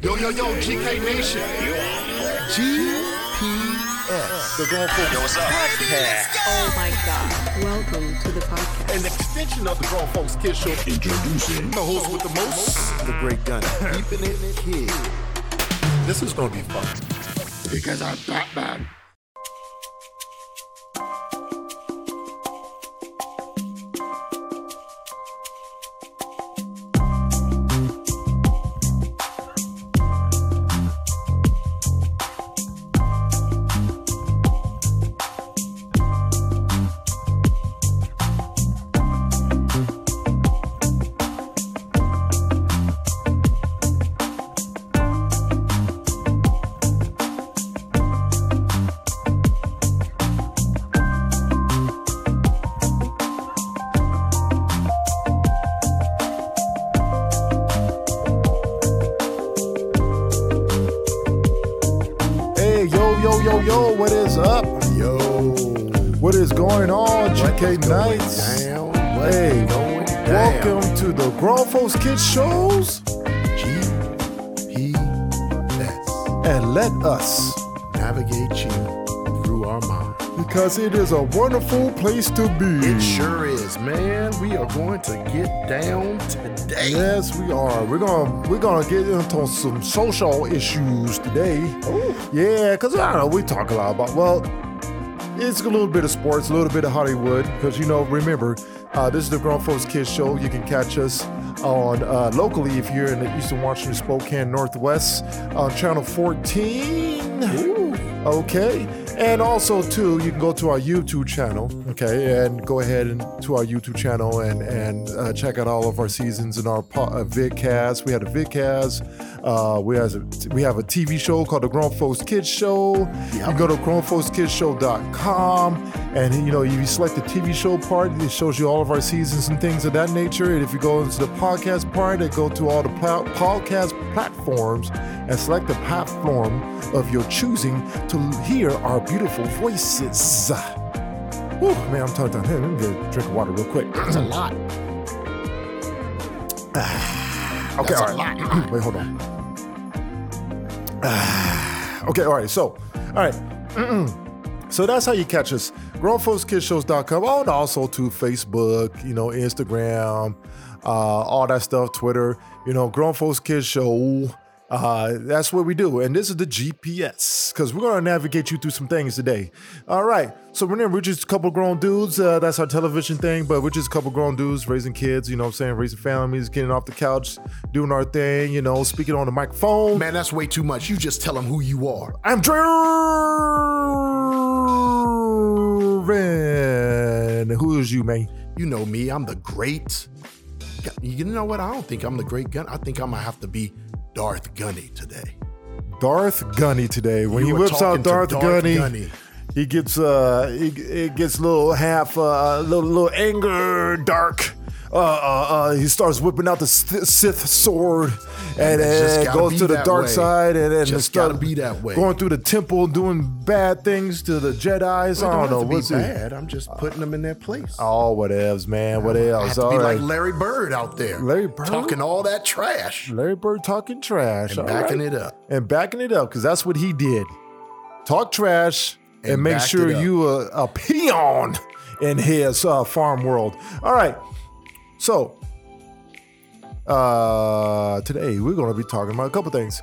yo, yo, GK Nation. GPS. The Grown Folks Podcast. Oh my God. Welcome to the podcast. An extension of the Grown Folks Kids Show. Introducing the host with the most. The Great Gun. Keeping it here. This is gonna be fun. Because I'm Batman. Hey, yo, yo, yo, yo. What is up? Yo. What is going on, GK Nights? Hey, welcome to the Grown Folks Kids Shows. GPS. And let us, Navigate you through our mind. because it is a wonderful place to be. It sure is, man. We are going to get down today. Yes, we are. We're gonna we're gonna get into some social issues today. Yeah, cause I don't know. We talk a lot about well, it's a little bit of sports, a little bit of Hollywood. Cause you know, remember, uh, this is the Grown Folks Kids Show. You can catch us on uh, locally if you're in the Eastern Washington Spokane Northwest on Channel 14. Okay. And also too, you can go to our YouTube channel, okay, and go ahead and to our YouTube channel and and uh, check out all of our seasons and our po- uh, vidcast. We had a vidcast. Uh, we has a, we have a TV show called the Grown Folks Kids Show. You can go to grownfolkskidsshow.com and you know if you select the TV show part, it shows you all of our seasons and things of that nature. And if you go into the podcast part, it go to all the pla- podcast platforms and select the platform of your choosing to hear our beautiful voices. Whew, man, I'm tongue tied. Hey, let me get a drink of water real quick. That's a lot. okay, all right. Wait, hold on. Ah, okay, all right. So, all right. So that's how you catch us. GrownfolksKidsShows.com. Oh, and also to Facebook, you know, Instagram, uh, all that stuff, Twitter, you know, Grown Folks Kids Show. Uh, that's what we do. And this is the GPS because we're going to navigate you through some things today. All right. So remember, we're just a couple grown dudes. Uh, that's our television thing, but we're just a couple grown dudes raising kids, you know what I'm saying? Raising families, getting off the couch, doing our thing, you know, speaking on the microphone. Man, that's way too much. You just tell them who you are. I'm Draven. Who is you, man? You know me, I'm the great. Gu- You know what? I don't think I'm the great gun. I think I'm gonna have to be Darth Gunny today. Darth Gunny today. When You are he whips talking out to Darth, Darth Gunny, Gunny. he gets uh, he, it gets a little half uh, little little anger, dark. Uh, uh, uh, he starts whipping out the Sith Sith sword and, It's just and gotta goes be to the that dark way. side and then Just start gotta be that way. Going through the temple, doing bad things to the Jedi's. I don't know what's be it. bad. I'm just putting them in their place. Oh, whatevs, man. What I else? have to be All right. like Larry Bird out there, Larry Bird? talking all that trash Larry Bird talking trash and all backing it right? up. and backing it up because that's what he did. Talk trash and, And make backed sure it up. you a, a peon in his uh, farm world. All right, so uh, today we're going to be talking about a couple things.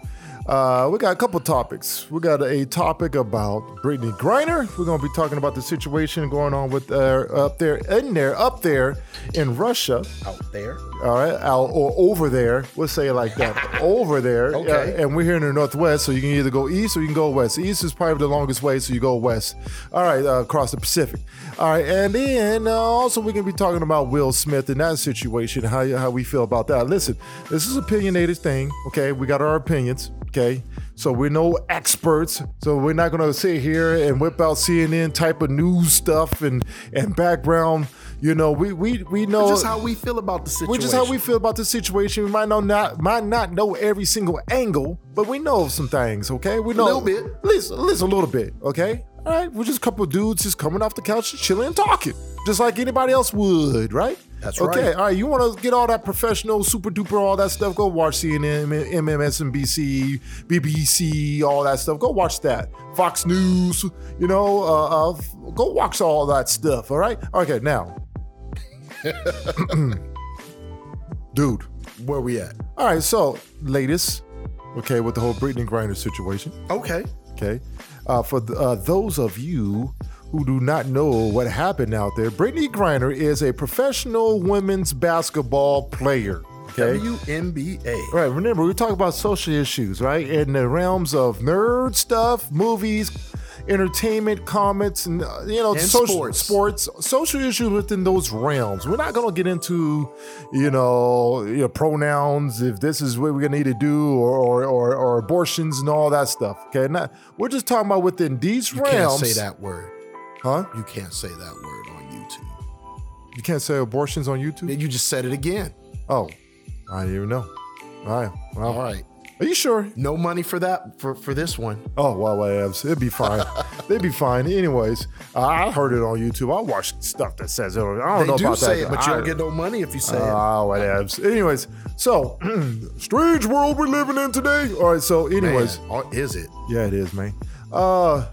Uh, we got a couple topics. We got a topic about Brittany Griner. We're going to be talking about the situation going on with uh, up there in there up there in Russia out there. all right, out or over there. We'll say it like that. over there. Okay. uh, and we're here in the northwest, so you can either go east or you can go west. East is probably the longest way, so you go west. All right, uh, across the Pacific. All right, and then uh, also we're gonna be talking about Will Smith and that situation, how how we feel about that. Listen, this is opinionated thing. Okay, we got our opinions. Okay, so we're no experts, so we're not gonna sit here and whip out CNN type of news stuff and and background. You know, we we we know Just how we feel about the situation. which is how Oh, we feel about the situation. We might know not might not know every single angle, but we know some things. Okay, we know Little bit. at least at least a little bit. Okay, all right, we're just a couple of dudes just coming off the couch, just chilling and talking, just like anybody else would, right? That's okay, right. all right. You want to get all that professional, super duper, all that stuff? Go watch CNN, MMSNBC, BBC, all that stuff. Go watch that. Fox News, you know, uh, uh, f- go watch all that stuff. All right. Okay, now, dude. Where we at? All right. So, latest, okay, with the whole Brittany Grinder situation. Okay. Okay. Uh, for th- uh, those of you who do not know what happened out there, Brittany Griner is a professional women's basketball player. Okay. WNBA. Right. Remember, we talk about social issues, right? In the realms of nerd stuff, movies, entertainment, comments, and uh, you know, And social sports. sports, social issues within those realms. We're not gonna get into, you know, you know, pronouns if this is what we're gonna need to do, or or, or, or abortions and all that stuff. Okay, not, we're just talking about within these You can't realms. say that word. huh? You can't say that word on YouTube. You can't say abortions on YouTube. You just said it again. Oh, I didn't even know. All right. Well, All right. Are you sure? No money for that for, for this one. Oh, well, abs. It'd be fine. They'd be fine. Anyways, I heard it on YouTube. I watched stuff that says it. I don't They know do about say that. it, but you I- don't get no money if you say it. Oh, what abs. Anyways, so strange world we're living in today. All right, so anyways, Man, or is it? yeah, it is, man. Uh,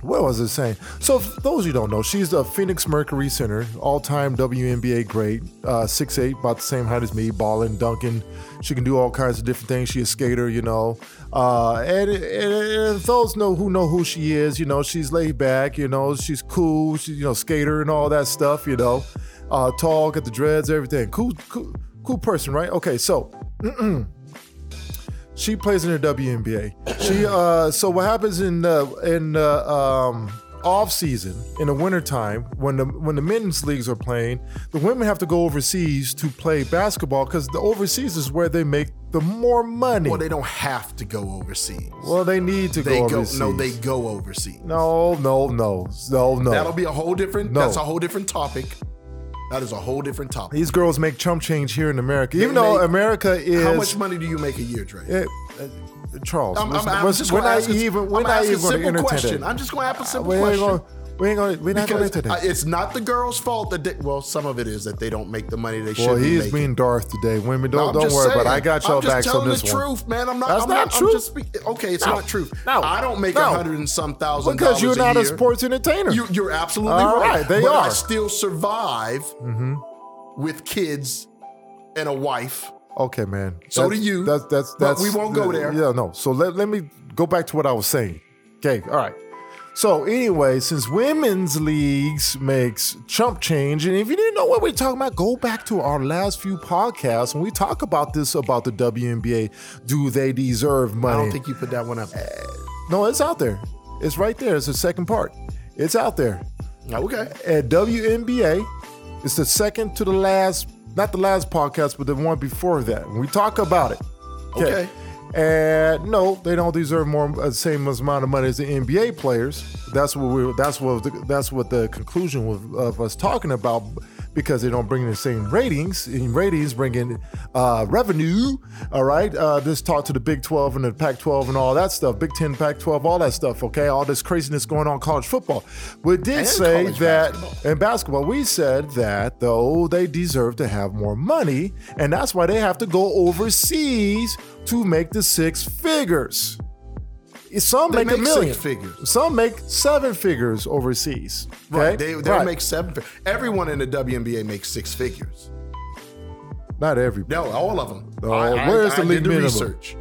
what was it saying? So, for those who don't know, she's the Phoenix Mercury center, all-time WNBA great, uh, 6'8", about the same height as me, balling, dunking. She can do all kinds of different things. She a skater, you know. Uh, and, and, and those know who know who she is, you know, she's laid back, you know, she's cool, she's you know, skater and all that stuff, you know. Uh, tall, got the dreads, everything. Cool, cool, cool person, right? Okay, so she plays in the WNBA. She uh so what happens in the in the um off season in the wintertime when the when the men's leagues are playing, the women have to go overseas to play basketball because the overseas is where they make the more money. Well, they don't have to go overseas. Well, they need to they go go. overseas. No, they go overseas. no, no, no, no, no. That'll be a whole different. No. That's a whole different topic. That is a whole different topic. These girls make chump change here in America, even though make- America is How much money do you make a year, Dre? Eh, eh, Charles. I'm, listen, I'm, I'm just we're gonna not ask a- even. We're I'm not asking even a going to simple entertain question. it. I'm just gonna ask a simple we ain't question. gonna, we ain't gonna, we're not gonna Because today. I- it's not the girl's fault that they, well, some of it is that they don't make the money they should Well, be he's making. being Darth today. Women, No, don't I'm don't just worry. But saying. I got I'm y'all just back telling on this the one. truth, man. I'm not. That's I'm not I'm true. just speak- okay, it's No. not true. No. I don't make a No. hundred and some thousand because dollars you're a not a year. sports entertainer. You, you're absolutely All right. right, they but I are. Mm-hmm. still survive with kids and a wife. okay, man. So That's- do you. That's that's But that's. we won't go there. Yeah, no. So let let me go back to what I was saying. Okay, all right. So anyway, since women's leagues makes chump change, and if you didn't know what we're talking about, go back to our last few podcasts when we talk about this about the WNBA. Do they deserve money? I don't think you put that one up. No, it's out there. It's right there. It's the second part. It's out there. Okay. At WNBA, it's the second to the last, not the last podcast, but the one before that. We talk about it. Okay. And no, they don't deserve more uh, same amount of money as the NBA players. That's what we. That's what. The, that's what the conclusion of, of us talking about, because they don't bring in the same ratings. And ratings bring in uh, revenue. All right. Uh, this talk to the Big Twelve and the Pac twelve and all that stuff. Big Ten, Pac twelve, all that stuff. Okay. All this craziness going on in college football. We did And say college that basketball. in basketball, we said that though they deserve to have more money, and that's why they have to go overseas to make the six figures. Some They make, a make six million figures. Some make seven figures overseas. Right. okay? They, they Right. make seven. fi- Everyone in the WNBA makes six figures. not every No, all of them. Oh, where's the I league did Uh, the minimum? research.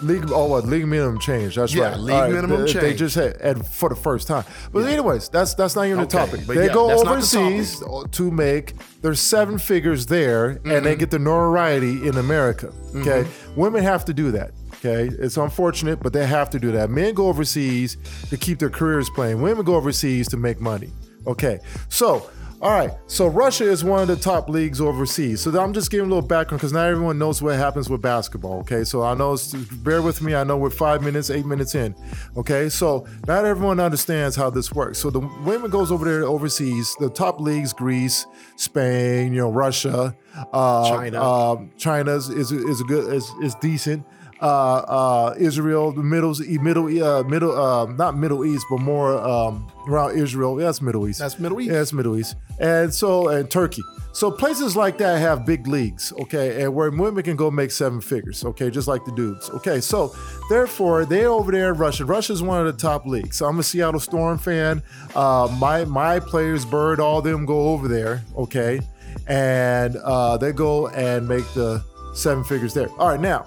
league. Oh, what league minimum change? That's Yeah, right. league All right, minimum they, They change. just had and for the first time. But anyways, that's that's not even the Okay, topic. but They yeah, go that's not the overseas to make their seven figures there, and Mm-hmm. they get the notoriety in America. Okay, women have to do that. Okay, it's unfortunate, but they have to do that. Men go overseas to keep their careers playing. Women go overseas to make money. Okay, so. All right, so Russia is one of the top leagues overseas. So I'm just giving a little background because not everyone knows what happens with basketball. Okay, so I know, it's, bear with me. I know we're five minutes, eight minutes in. Okay, so not everyone understands how this works. So the women goes over there overseas. The top leagues: Greece, Spain, you know, Russia, uh, China. um, China's is is a good is is decent. uh, uh, Israel, the Middle Middle uh, Middle uh, not Middle East, but more um, around Israel. Yeah, that's Middle East. That's Middle East. Yeah, that's Middle East. And so and Turkey. So places like that have big leagues, okay, and where women can go make seven figures, okay, just like the dudes, okay. So therefore, they're over there in Russia. Russia's one of the top leagues. So I'm a Seattle Storm fan. Uh, my my players, Bird, all them go over there, okay, and uh, they go and make the seven figures there. All right, now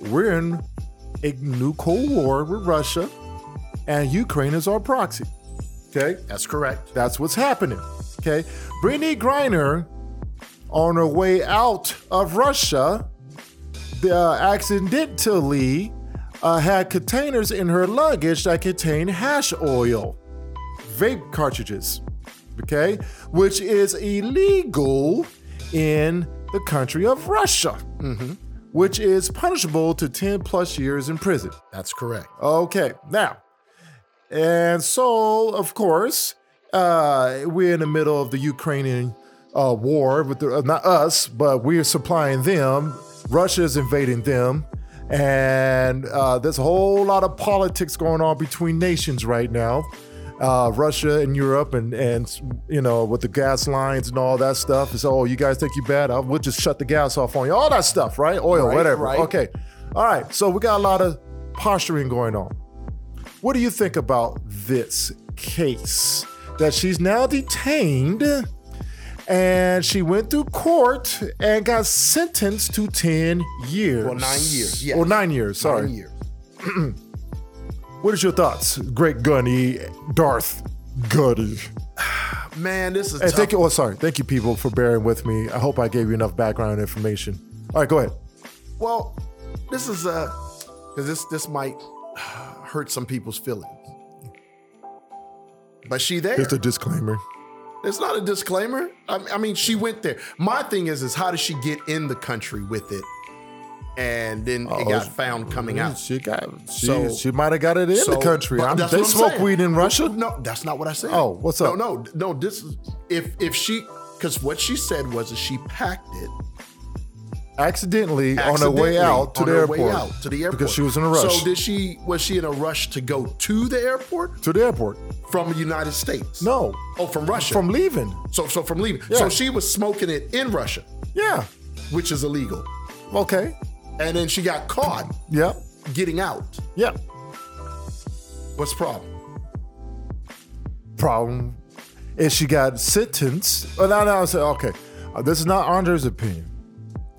we're in a new Cold War with Russia, and Ukraine is our proxy. Okay, That's correct. that's what's happening. Okay, Brittany Griner, on her way out of Russia, the, uh, accidentally uh, had containers in her luggage that contained hash oil, vape cartridges. Okay, which is illegal in the country of Russia, mm-hmm. which is punishable to 10 plus years in prison. That's correct. Okay, now, and so of course, uh, we're in the middle of the Ukrainian uh, war with the, uh, not us, but we're supplying them. Russia's invading them, and uh, there's a whole lot of politics going on between nations right now. Uh, Russia and Europe, and and you know with the gas lines and all that stuff. It's oh, you guys think you bad? I, we'll just shut the gas off on you. All that stuff, right? Oil, Right, whatever. right. Okay. All right. So we got a lot of posturing going on. What do you think about this case that she's now detained and she went through court and got sentenced to 10 years? Well, nine years, yes. Or nine years, sorry. Nine years. What is your thoughts, Great Gunny, Darth Gunny? Man, this is And tough. thank you, oh, sorry. Thank you, people, for bearing with me. I hope I gave you enough background information. All right, go ahead. Well, this is uh because this this might hurt some people's feelings. But she there. Just a disclaimer. It's not a disclaimer. I, I mean, she went there. My thing is, is how did she get in the country with it, and then it got found coming out? She got. She, So- she might have got it in So- the country. but I'm, that's they what I'm smoke saying. weed in Russia. No, that's not what I said. Oh, what's up? No, no, no. This is if if she because what she said was that she packed it accidentally, on her way out to on the her airport. way out to the airport because she was in a rush So did she? Was she in a rush to go to the airport to the airport. from the United States? No, Oh, from Russia. from leaving. so so from leaving. Yeah. So she was smoking it in Russia, Yeah. which is illegal, Okay. and then she got caught Yep. getting out. Yep. What's the problem? Problem is she got sentenced. Oh, no, no. I said okay. Uh, this is not Andre's opinion.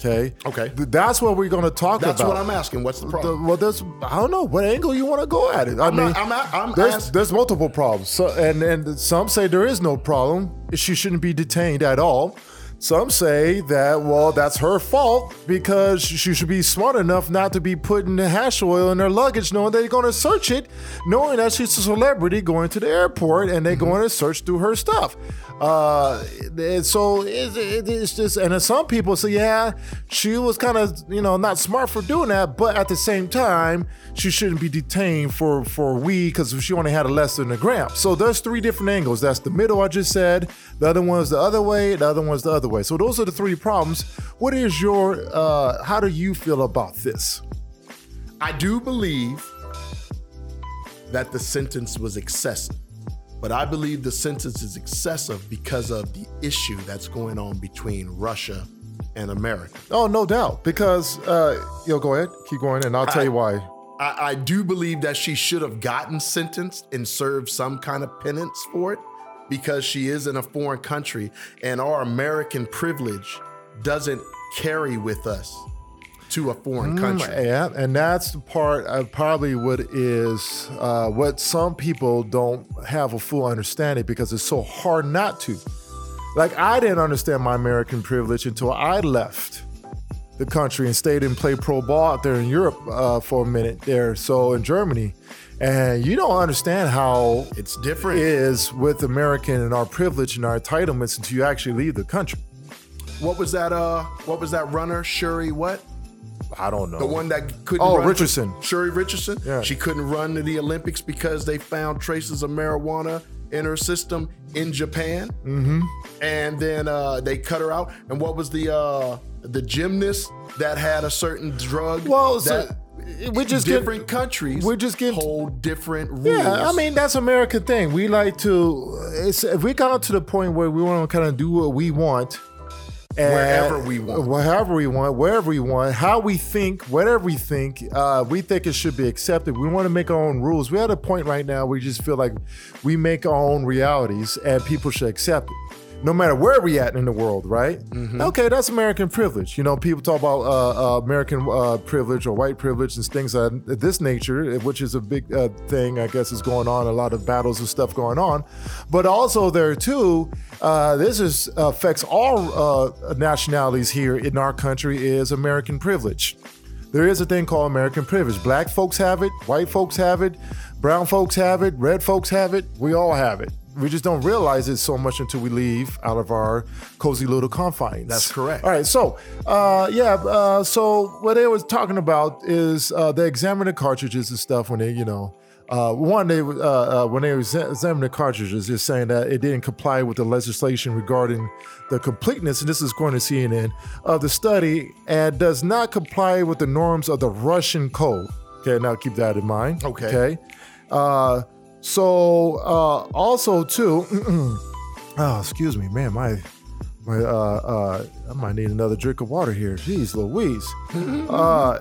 Okay. Okay. Th- That's what we're going to talk That's about. what I'm asking. What's the The- problem? well, there's I don't know what angle you want to go at it. I I'm mean, not- I'm not- I'm there's ask- there's multiple problems. So and and some say there is no problem. She shouldn't be detained at all. Some say that well, that's her fault because she should be smart enough not to be putting the hash oil in her luggage, knowing they're going to search it, knowing that she's a celebrity going to the airport and they're Mm-hmm. going to search through her stuff. Uh, and so it, it, it's just, and then some people say, yeah, she was kind of, you know, not smart for doing that, but at the same time, she shouldn't be detained for for weed because she only had a less than a gram. So there's three different angles. That's the middle I just said. The other one's the other way. The other one's the other way. So those are the three problems. What is your? uh How do you feel about this? I do believe that the sentence was excessive, but I believe the sentence is excessive because of the issue that's going on between Russia and America. Oh, no doubt. Because uh yo, go ahead, keep going, and I'll tell you why. I, I do believe that she should have gotten sentenced and served some kind of penance for it because she is in a foreign country and our American privilege doesn't carry with us to a foreign country. Yeah, and that's the part uh, probably what is uh, what some people don't have a full understanding because it's so hard not to. Like I didn't understand my American privilege until I left the country and stayed and played pro ball out there in Europe uh, for a minute there, so in Germany, and you don't understand how It's different. is with American and our privilege and our entitlements until you actually leave the country. What was that? Uh, what was that runner? Shuri what? I don't know. The one that couldn't. Oh, run for- Richardson. Shuri Richardson. Yeah. She couldn't run to the Olympics because they found traces of marijuana in her system in Japan. Mm-hmm. And then uh, they cut her out. And what was the uh, the gymnast that had a certain drug? Well, so that we're just different different. countries. we're just getting- hold different rules. yeah, I mean that's American thing. We like to. It's, if we got to the point where we want to kind of do what we want, and- Wherever we want. wherever we want, wherever we want, how we think, whatever we think, uh, we think it should be accepted. We want to make our own rules. We're at a point right now where we just feel like we make our own realities and people should accept it. No matter where we at in the world, right? Mm-hmm. Okay, that's American privilege. You know, people talk about uh, uh, American uh, privilege or white privilege and things of this nature, which is a big uh, thing, I guess, is going on. A lot of battles and stuff going on, but also there too, uh, this is affects all uh, nationalities here in our country is American privilege. There is a thing called American privilege. Black folks have it, white folks have it, brown folks have it, red folks have it. We all have it. We just don't realize it so much until we leave out of our cozy little confines. That's correct. All right. So, uh, yeah. Uh, so what they was talking about is uh, they examined the cartridges and stuff when they, you know, uh, one they uh, uh, when they exa- examined the cartridges, they're saying that it didn't comply with the legislation regarding the completeness. And this is going to CNN of the study and does not comply with the norms of the Russian code. Okay, now keep that in mind. Okay. Okay. Uh, so uh, also too. Oh, excuse me, man. My, my, uh, uh, I might need another drink of water here. Jeez, Louise. uh,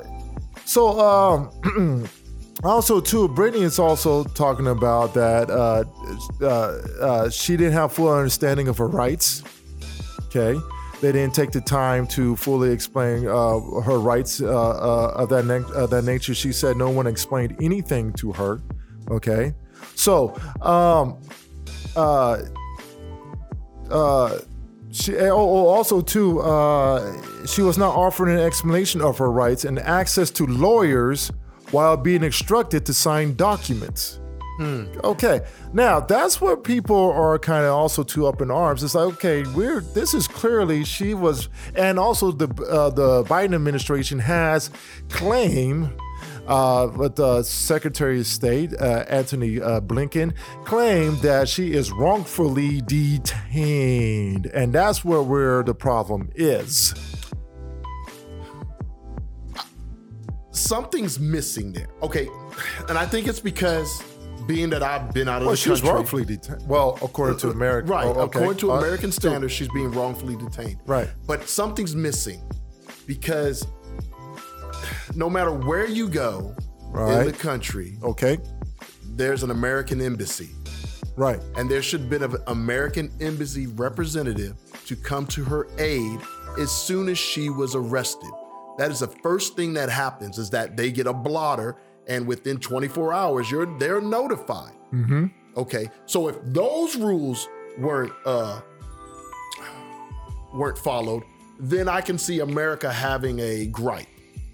so, um, also too, Brittany is also talking about that uh, uh, uh, she didn't have full understanding of her rights. Okay, they didn't take the time to fully explain uh, her rights uh, uh, of that na- of that nature. She said no one explained anything to her. Okay, so um, uh, uh, she oh, oh, also too uh, she was not offered an explanation of her rights and access to lawyers while being instructed to sign documents. Okay, now that's where people are kind of also too up in arms. It's like, okay, we're this is clearly she was, and also the uh, the Biden administration has claim. Uh, with the Secretary of State uh, Anthony uh, Blinken claimed that she is wrongfully detained, and that's where where the problem is. something's missing there. Okay, and I think it's because being that I've been out of Well, the she was country, wrongfully detained. Well, according to America, right? oh, okay. According to Uh, American standards, she's being wrongfully detained. Right. but something's missing because no matter where you go in the Right. country, okay, there's an American embassy. right. and there should have been an American embassy representative to come to her aid as soon as she was arrested. That is the first thing that happens is that they get a blotter, and within 24 hours, you're they're notified. Okay, so if those rules weren't uh, weren't followed, then I can see America having a gripe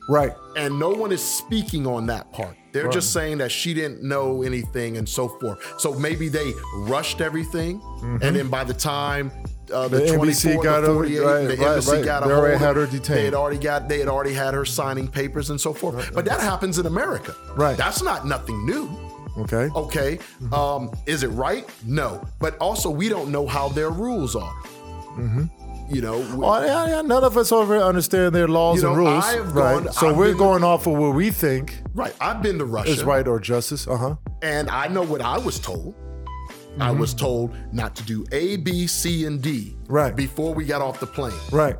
Right. and no one is speaking on that part. They're just saying that she didn't know anything and so forth. So maybe they rushed everything, and then by the time uh, the, The 24, embassy got the a- 48, right, the right, embassy right. got They a hold already of had her it. They detained. had already got they had already had her signing papers and so forth. But that happens in America. Right. Mm-hmm. That's not nothing new. Okay. Okay. Um, is it right? No. But also, we don't know how their rules are. Mm-hmm. You know. we- Oh, yeah, yeah, none of us over understand their laws You and know, rules, I have right? gone- so I've we're been- going off of what we think Right. I've been to Russia. is right or justice. Uh huh. and I know what I was told. I Mm-hmm. was told not to do A, B, C, and D Right. before we got off the plane. Right.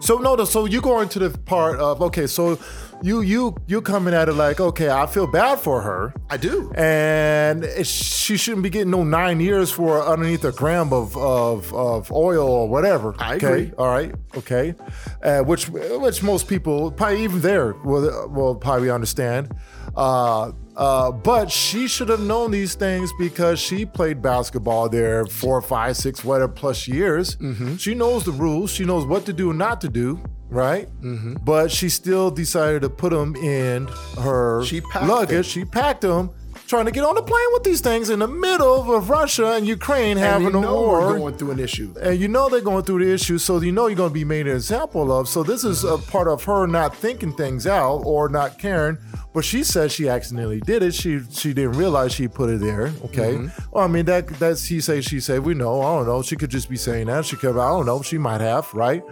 So no, no, so you're going to the part of okay, so you you you coming at it like okay, I feel bad for her, I do. and it- she shouldn't be getting no nine years for underneath a gram of of, of oil or whatever. I okay? agree. All right. Okay. Uh, which which most people probably even there will will probably understand. Uh, uh, but she should have known these things because she played basketball there four, five, six, whatever plus years. Mm-hmm. She knows the rules. She knows what to do and not to do. Right. Mm-hmm. But she still decided to put them in her She packed luggage. She packed them trying to get on a plane with these things in the middle of Russia and Ukraine having you a know war. we're going through an issue. and you know they're going through the issue, so you know you're going to be made an example of. So this is a part of her not thinking things out or not caring. But she says she accidentally did it. She she didn't realize she put it there. Okay. Well, I mean that that's he say she say. We know. I don't know. She could just be saying that. She could. I don't know. She might have right.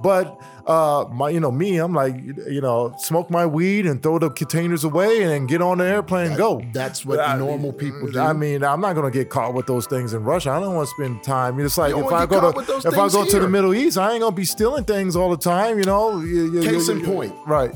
But uh, my, you know, me, I'm like, you know, smoke my weed and throw the containers away and then get on the airplane and go. That's what I mean, uh, normal people do. I mean, I'm not gonna get caught with those things in Russia. I don't want to spend time. It's like You don't if wanna I get go caught to with those if I things go to the here. Middle East, I ain't gonna be stealing things all the time. You know. You- you- Case you- in you- point. right?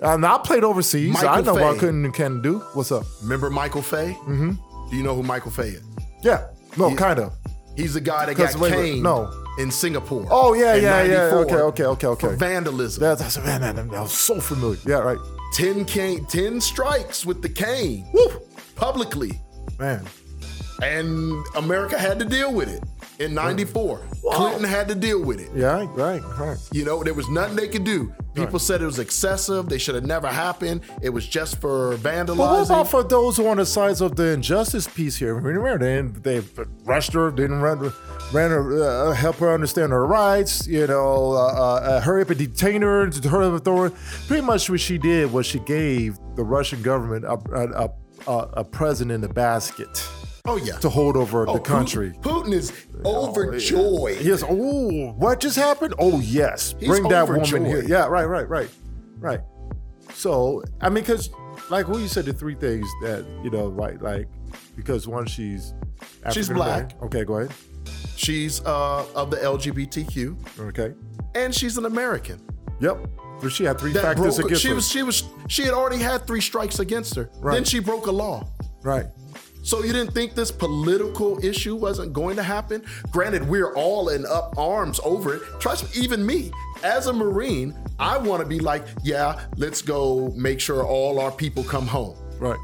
And I played overseas. I Michael know what I Faye. couldn't and can do. What's up? Remember Michael Fay? Mm-hmm. Do you know who Michael Fay is? Yeah. No, Yeah. kind of. He's the guy that 'Cause got wait, wait, caned no. in Singapore. Oh, yeah, in yeah, yeah. 94 Okay, okay, okay, okay. For vandalism. That's, that's man, that, that was so familiar. Yeah, right. 10, cane, 10 strikes with the cane Woo, publicly. man. And America had to deal with it in 94. Clinton had to deal with it. Yeah, right, right. You know, there was nothing they could do. People said it was excessive. They should have never happened. It was just for vandalizing. But what about for those who are on the sides of the injustice piece here? Remember, they, they rushed her, didn't run, ran her, uh, help her understand her rights, you know, uh, uh, hurry up and detain her, hurry up and throw her. Pretty much what she did was she gave the Russian government a, a, a, a- a present in the basket oh, yeah. to hold over Oh, the Putin- country. Oh, Putin is overjoyed. Yes. Oh, what just happened? Oh, yes. He's Bring that overjoyed. woman here. Yeah. Right. Right. Right. Right. So I mean, because like what you said, the three things that you know, like like because one, she's She's African American. Okay, go ahead. She's uh, of the LGBTQ, Okay. and she's an American. Yep. But she had three That factors broke. against She her. was. She was. She had already had three strikes against her. Right. Then she broke a law. right. So you didn't think this political issue wasn't going to happen? Granted, we're all in up arms over it. Trust me, even me, as a Marine, I want to be like, yeah, let's go make sure all our people come home. Right.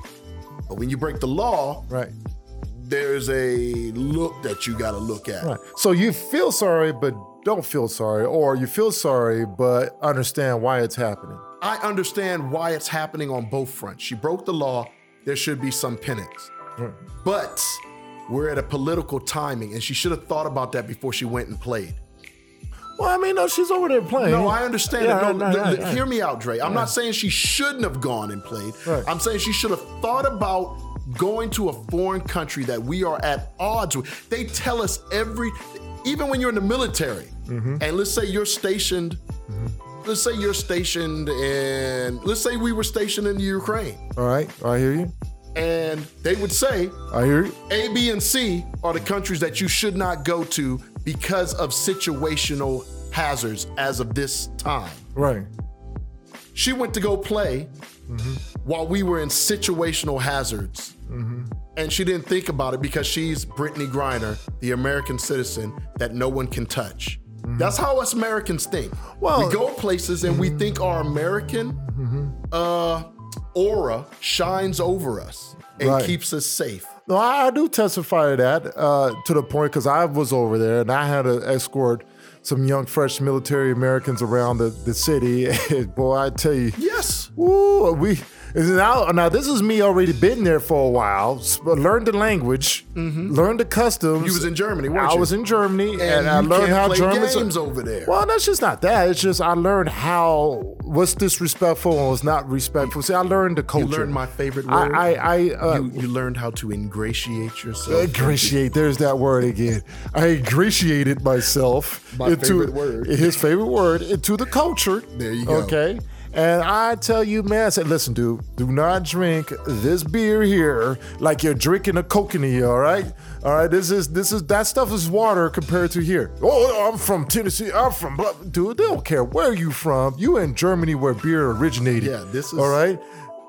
But when you break the law, Right. there's a look that you got to look at. Right. So you feel sorry, but don't feel sorry, or you feel sorry but understand why it's happening. I understand why it's happening on both fronts. She broke the law. There should be some penance. But we're at a political timing, and she should have thought about that before she went and played. Well, I mean, no, she's over there playing. No, I understand. Yeah, it. right, No, right, th- right, th- right. Hear me out, Dre. I'm not saying she shouldn't have gone and played. Right. I'm saying she should have thought about going to a foreign country that we are at odds with. They tell us every, even when you're in the military, Mm-hmm. and let's say you're stationed, let's say you're stationed in, let's say we were stationed in the Ukraine, All right. I hear you. and they would say I hear you. A, B, and C are the countries that you should not go to because of situational hazards as of this time. Right. She went to go play while we were in situational hazards. And she didn't think about it because she's Brittany Griner, the American citizen that no one can touch. That's how us Americans think. Well- we go places and we think our American uh, aura shines over us and Right. keeps us safe. No, I, I do testify to that uh, to the point because I was over there and I had to escort some young, fresh military Americans around the, the city. And boy, I tell you, Yes. Ooh, we is now now this is me already been there for a while. s- Learned the language, learned the customs. Mm-hmm. You was in Germany, weren't I you? was in Germany, and, And I you learned can't how play Germans games over there. Well, that's just not that. It's just I learned how what's disrespectful and what's not respectful. See, I learned the culture. learned my favorite word. I I, I uh, You, you learned how to ingratiate yourself. Ingratiate. There's that word again. I ingratiated myself My favorite word. his favorite word into the culture. There you go. Okay. And I tell you, man, I said, listen, dude, do not drink this beer here like you're drinking a coconut, all right? All right, this is this is that stuff is water compared to here. Oh, I'm from Tennessee. I'm from blah. dude. They don't care where you from. You in Germany where beer originated. Yeah, this is- all right.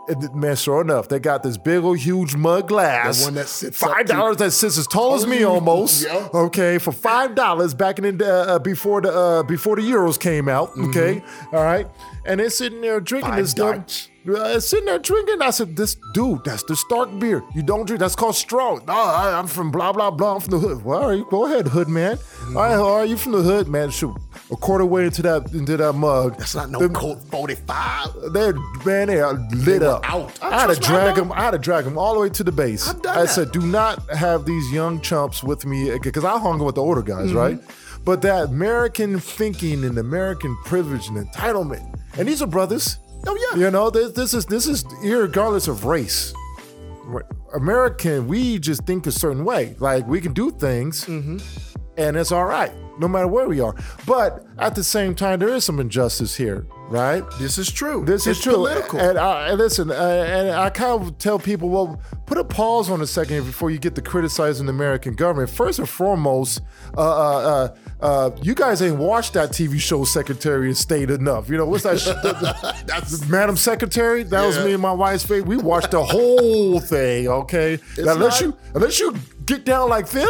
And th- Man, sure enough, they got this big old huge mug glass. The one that sits up five to- dollars that sits as tall as me Oh, almost. yeah. Okay, for five dollars back in the uh, before the uh, before the euros came out. Okay, all right, and they're sitting there drinking Mm-hmm. Five this stuff. Deutsch. uh, sitting there drinking. I said, "This dude, that's the Stark beer. You don't drink. That's called strong." No, I, I'm from blah blah blah. I'm from the hood. Well, all right, go ahead, hood man. All right, how are you from the hood, man? Shoot, a quarter way into that into that mug. That's not no Them- Colt 45. They man, they are lit were up. out. I had Trust me, I to drag know. them. I had to drag them all the way to the base. I've done I that. said, do not have these young chumps with me because I hung with the older guys, Mm-hmm. right? But that American thinking and American privilege and entitlement, and these are brothers. Oh, yeah. You know, this, this is this is regardless of race. Right. American, we just think a certain way. Like we can do things, Mm-hmm. and it's all right, no matter where we are. But at the same time, there is some injustice here, right? This is true. This it's is true. Political. And, I, and listen, uh, and I kind of tell people, well, put a pause on a second here before you get to criticizing the American government. First and foremost, uh, uh, uh, uh, you guys ain't watched that TV show Secretary of State enough. You know what's that? sh- That's- Madam Secretary. That was Yeah. me and my wife's favorite. We watched the whole thing. Okay, now, not- unless you unless you get down like them,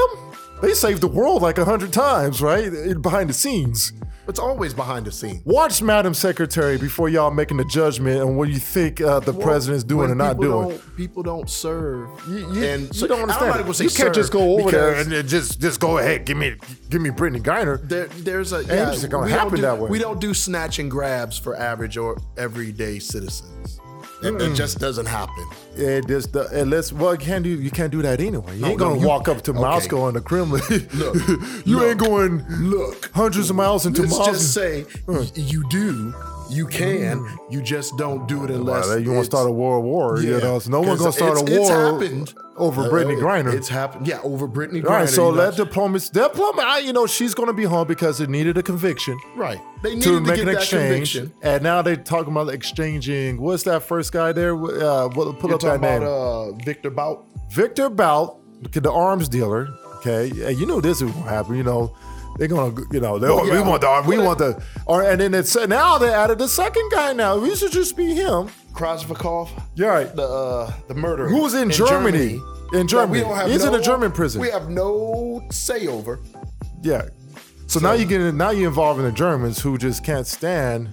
they saved the world like a hundred times, right? Behind the scenes. it's always behind the scenes. Watch Madam Secretary before y'all making a judgment on what you think uh, the president's doing When or not people doing. don't- people don't serve. You, you- and you so- don't I'm understand. not gonna say you can't just serve go over there because and then just just go ahead. Give me give me Brittany Griner. There, there's a it's just gonna we don't happen do- that way. We don't do snatch and grabs for average or everyday citizens. It, it just doesn't happen. It just the unless well you can't do you can't do that anyway. You No, ain't gonna no, you- walk up to okay. Moscow and the Kremlin. Look, you look, ain't going look. hundreds of miles into Let's Moscow. just say y- you do, you can, you just don't do it unless Well, you want it's- to start a world war? You Yeah, know, so no one's gonna 'cause start it's- a it's war happened. over Brittany Uh, Griner. It's happened. Yeah, over Brittany Griner. All right, so you know. let diplomacy, diplomacy, I- you know, she's going to be home because it needed a conviction right. They needed to to, make get an that exchange. conviction. And now they're talking about exchanging. What's that first guy there? Uh, what- pull You're up that talking about name. uh, Victor Bout. Victor Bout, the arms dealer. Okay, yeah, you know this is going to happen. You know, they're going to, you know, they, oh, we yeah, want the arm, we what- want the, or, and then it's now they added the second guy. Now we should just be him. Krasvikov. You're right. The uh, the murderer. Who's in Germany? In That we Germany. don't have He's in no- a German prison. We have no say over. Yeah. So, now you get now you're involving the Germans who just can't stand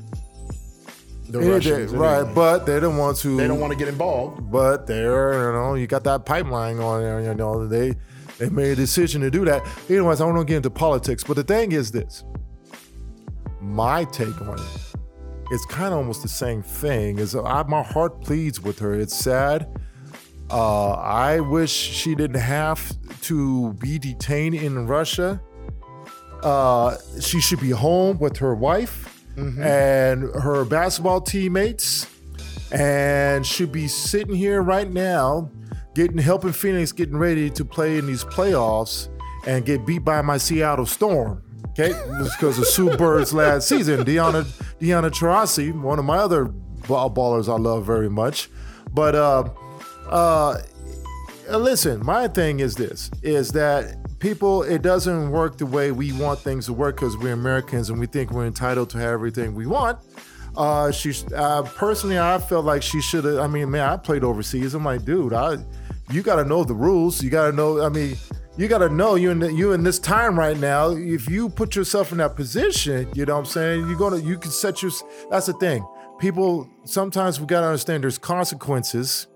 The Yeah, they- right? But they don't want to. they don't want to get involved. But they're you know you got that pipeline going there. You know they they made a decision to do that. Anyways, I don't want to get into politics. But the thing is this. My take on it, it's kind of almost the same thing. Is I, my heart pleads with her. It's sad. Uh, I wish she didn't have to be detained in Russia. Uh, she should be home with her wife and her basketball teammates, and should be sitting here right now, getting helping Phoenix getting ready to play in these playoffs and get beat by my Seattle Storm. Okay, because of Sue Bird's last season, Deanna Deanna Taurasi, one of my other ball ballers I love very much, but. Uh, uh, listen, my thing is this: is that people, it doesn't work the way we want things to work because we're Americans and we think we're entitled to have everything we want. Uh, she uh, personally, I felt like she should have. I mean, man, I played overseas. I'm like, dude, I, you got to know the rules. You got to know. I mean. You gotta know you in the, you in this time right now. If you put yourself in that position, you know what I'm saying. You're gonna you can set your. That's the thing. People sometimes we gotta understand there's consequences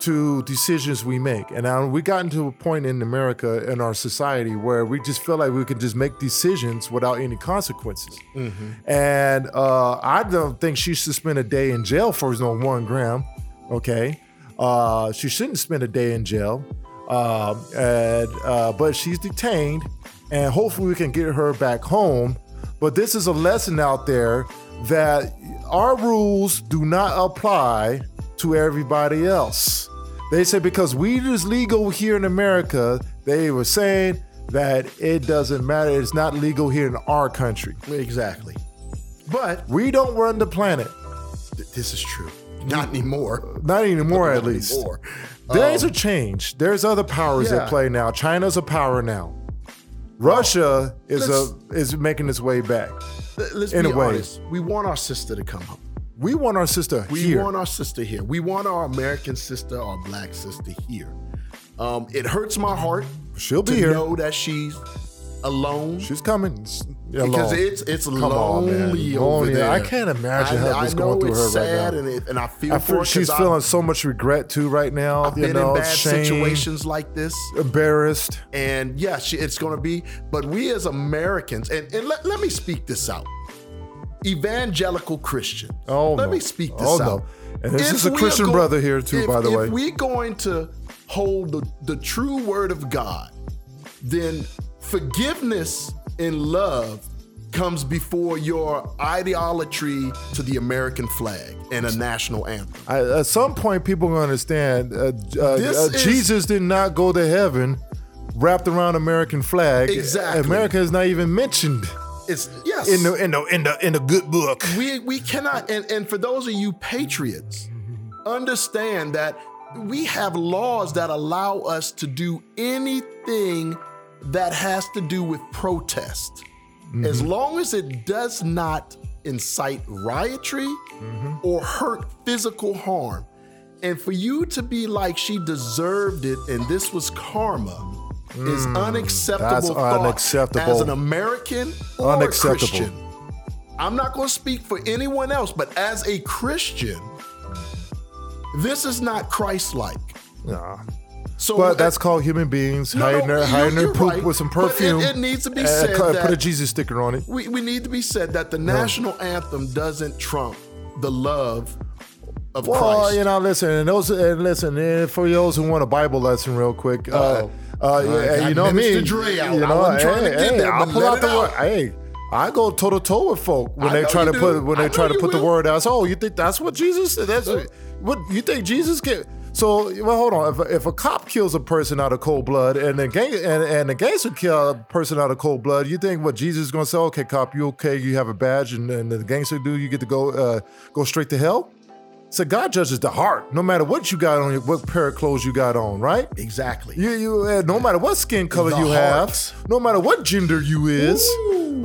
to decisions we make. And now we gotten to a point in America in our society where we just feel like we can just make decisions without any consequences. And uh, I don't think she should spend a day in jail for no one gram. Okay, uh, she shouldn't spend a day in jail. Um, and uh, but she's detained, and hopefully we can get her back home. But this is a lesson out there that our rules do not apply to everybody else. They said because weed is legal here in America, they were saying that it doesn't matter. It's not legal here in our country. Exactly. But We don't run the planet, th- this is true. Not anymore. not anymore, at Not least. anymore. Um, Days have changed. There's other powers Yeah. at play now. China's a power now. Russia is a is making its way back. Let- Let's In be a way. honest. We want our sister to come home. We want our sister We here. want our sister here. We want our American sister, our black sister here. Um, it hurts my heart She'll to be here. know that she's alone. She's coming. because alone. it's it's on, man. lonely over Lonely. there. I can't imagine I, how I this know going through it's her right sad now. and, it, and I feel I for feel it she's 'cause feeling I've so much regret too right now. been you know, in bad shame, situations like this. embarrassed. and yeah, she, it's going to be. But we as Americans, and, and let, let me speak this out. Evangelical Christian. Oh, let no. me speak this out. Oh, no. And this If is a we are Christian brother here, too, if- by the way. If we're going to hold the, the true word of God, then forgiveness and love comes before your idolatry to the American flag and a national anthem. I, at some point, people gonna understand. Uh, uh, This uh, is- Jesus did not go to heaven wrapped around American flag. Exactly. America is not even mentioned It's yes. in the in the in the in the good book. we we cannot and, and for those of you patriots understand that we have laws that allow us to do anything that has to do with protest Mm-hmm. as long as it does not incite riotry Mm-hmm. or hurt physical harm and for you to be like she deserved it and this was karma is unacceptable Mm, that's thought as unacceptable. an american or a Unacceptable. Christian. I'm not going to speak for anyone else, but as a Christian, this is not Christ-like. Nah. So But that's called human beings No, no, hiding their you- hiding their you're poop right. with some But it- perfume. it needs to be and said cut- that- put a Jesus sticker on it. we, we need to be said that the national anthem doesn't trump the love of Well, Christ. you know, listen, and those, and listen, and for those who want a Bible lesson, real quick, uh, Uh-oh. uh, yeah, got you know me, Minister Dre out. you I know, wasn't trying to get there, I but pull let out it the word. out. Hey, I go toe to toe with folk when I they know try you to put do. when I they know try to you put the will. word out. So, oh, you think that's what Jesus? That's what, what you think Jesus can. So, well, hold on. If a, if a cop kills a person out of cold blood, and the gang and, and the gangster kill a person out of cold blood, you think what Jesus is going to say? Okay, cop, you okay? You have a badge, and, and the gangster do you get to go uh, go straight to hell? So God judges the heart, no matter what you got on, your, what pair of clothes you got on, right? exactly. You, you, uh, no matter what skin color The you heart. have, no matter what gender you is,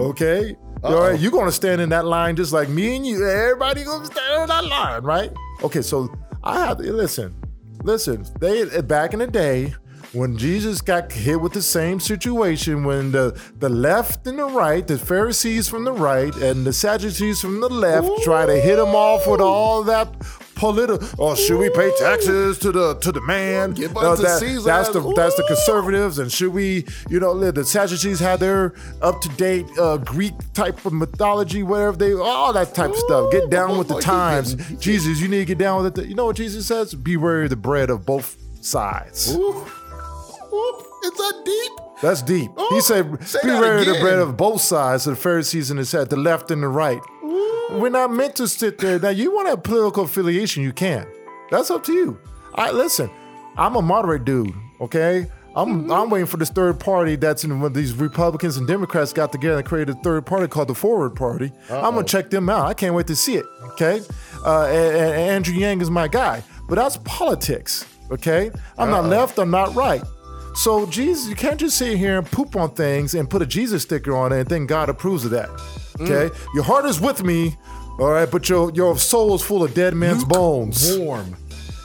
okay, all right, you're gonna stand in that line just like me and you. Everybody gonna stand in that line, right? Okay, so I have listen, listen. They eh, back in the day when Jesus got hit with the same situation, when the the left and the right, the Pharisees from the right and the Sadducees from the left, try to hit him off with all that. Political, or should we pay taxes to the to the man? Give No, unto that- Caesar That's the as- that's the Ooh. conservatives, and should we, you know, let the Sadducees had their up to date uh, Greek type of mythology, whatever they, all that type of stuff. Get down with the Ooh, times, he getting- he Jesus. You need to get down with it. You know what Jesus says? Beware the bread of both sides. Ooh. Ooh. It's that deep. That's deep. he Ooh, said, say that beware the again. bread of both sides. So the Pharisees and the Sad, the left and the right. We're not meant to sit there. Now, you want a political affiliation, you can. That's up to you. I listen. I'm a moderate dude. Okay. I'm, Mm-hmm. I'm waiting for this third party that's in when these Republicans and Democrats got together and created a third party called the Forward Party. I'm gonna check them out. I can't wait to see it. Okay, uh, and, and Andrew Yang is my guy, but that's politics. Okay, I'm not left. I'm not right. So Jesus, you can't just sit here and poop on things and put a Jesus sticker on it and think God approves of that. Okay, Mm. your heart is with me, all right, but your your soul is full of dead men's bones. Warm.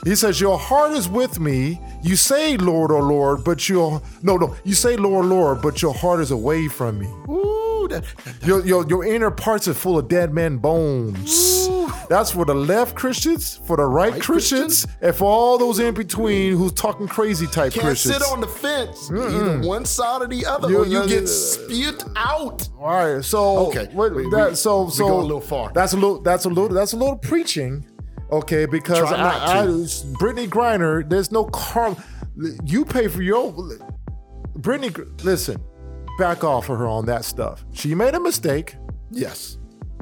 He says, "Your heart is with me." You say, "Lord, oh Lord," but your no, no, you say, "Lord, Lord," but your heart is away from me. Ooh. That, Your, your, your inner parts are full of dead man bones. That's for the left Christians, for the right, Right Christians, Christians? and for all those in between who's talking crazy type can't Christians. sit on the fence, either one side or the other, You- or you no, no, get no, spewed out. All right, so Okay, what- we- that, we- so we so go a little far. That's a little. That's a little. That's a little preaching. Okay, because Try not I, I, to. Brittany Griner, there's no car. You pay for your Brittany. Gr- Listen, back off of her on that stuff. She made a mistake, Yes.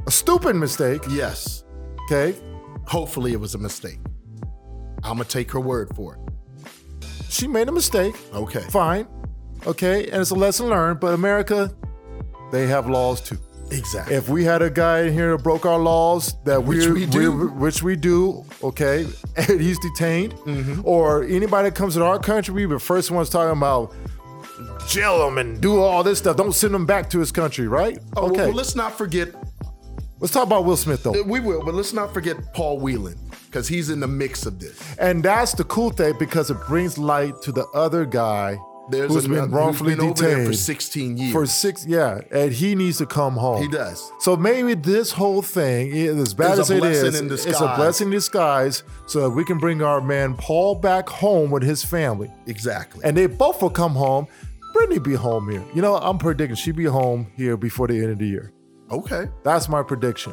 a stupid mistake. Yes. Okay, Hopefully it was a mistake. I'm gonna take her word for it. she made a mistake. Okay. Fine. Okay, and it's a lesson learned. But America, they have laws too. Exactly. If we had a guy in here that broke our laws, that Which we're- we do. we're- which we do, okay, and he's detained, Mm-hmm. or anybody that comes to our country, we the first ones talking about jail him and do all this stuff. Don't send him back to his country, right? Oh, well, okay, well, let's not forget. let's talk about Will Smith though. We will, but let's not forget Paul Whelan because he's in the mix of this. And that's the cool thing because it brings light to the other guy There's who's been another- wrongfully who's been over there detained for 16 years. For six, yeah, and he needs to come home. He does. So maybe this whole thing, i- as bad Is a as it blessing is, in it's a disguise. blessing in disguise, so that we can bring our man Paul back home with his family, Exactly. and they both will come home. Brittany be home here. You know, I'm predicting she be home here before the end of the year. okay. That's my prediction.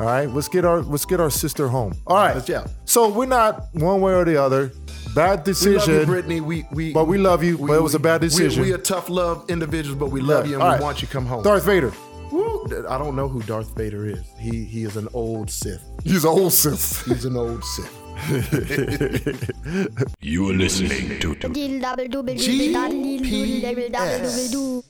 All right, let's get our let's get our sister home. All right, Let's- yeah. So we're not one way or the other. Bad We love you, decision. Brittany. We, we, But we love you, but it was a bad we- decision. We, are tough love individuals, but we love you and All we right. want you to come home. Darth Vader. Woo. I don't know who Darth Vader is. He he is an old Sith. He's an old Sith. He's an old Sith. You are listening to GPS.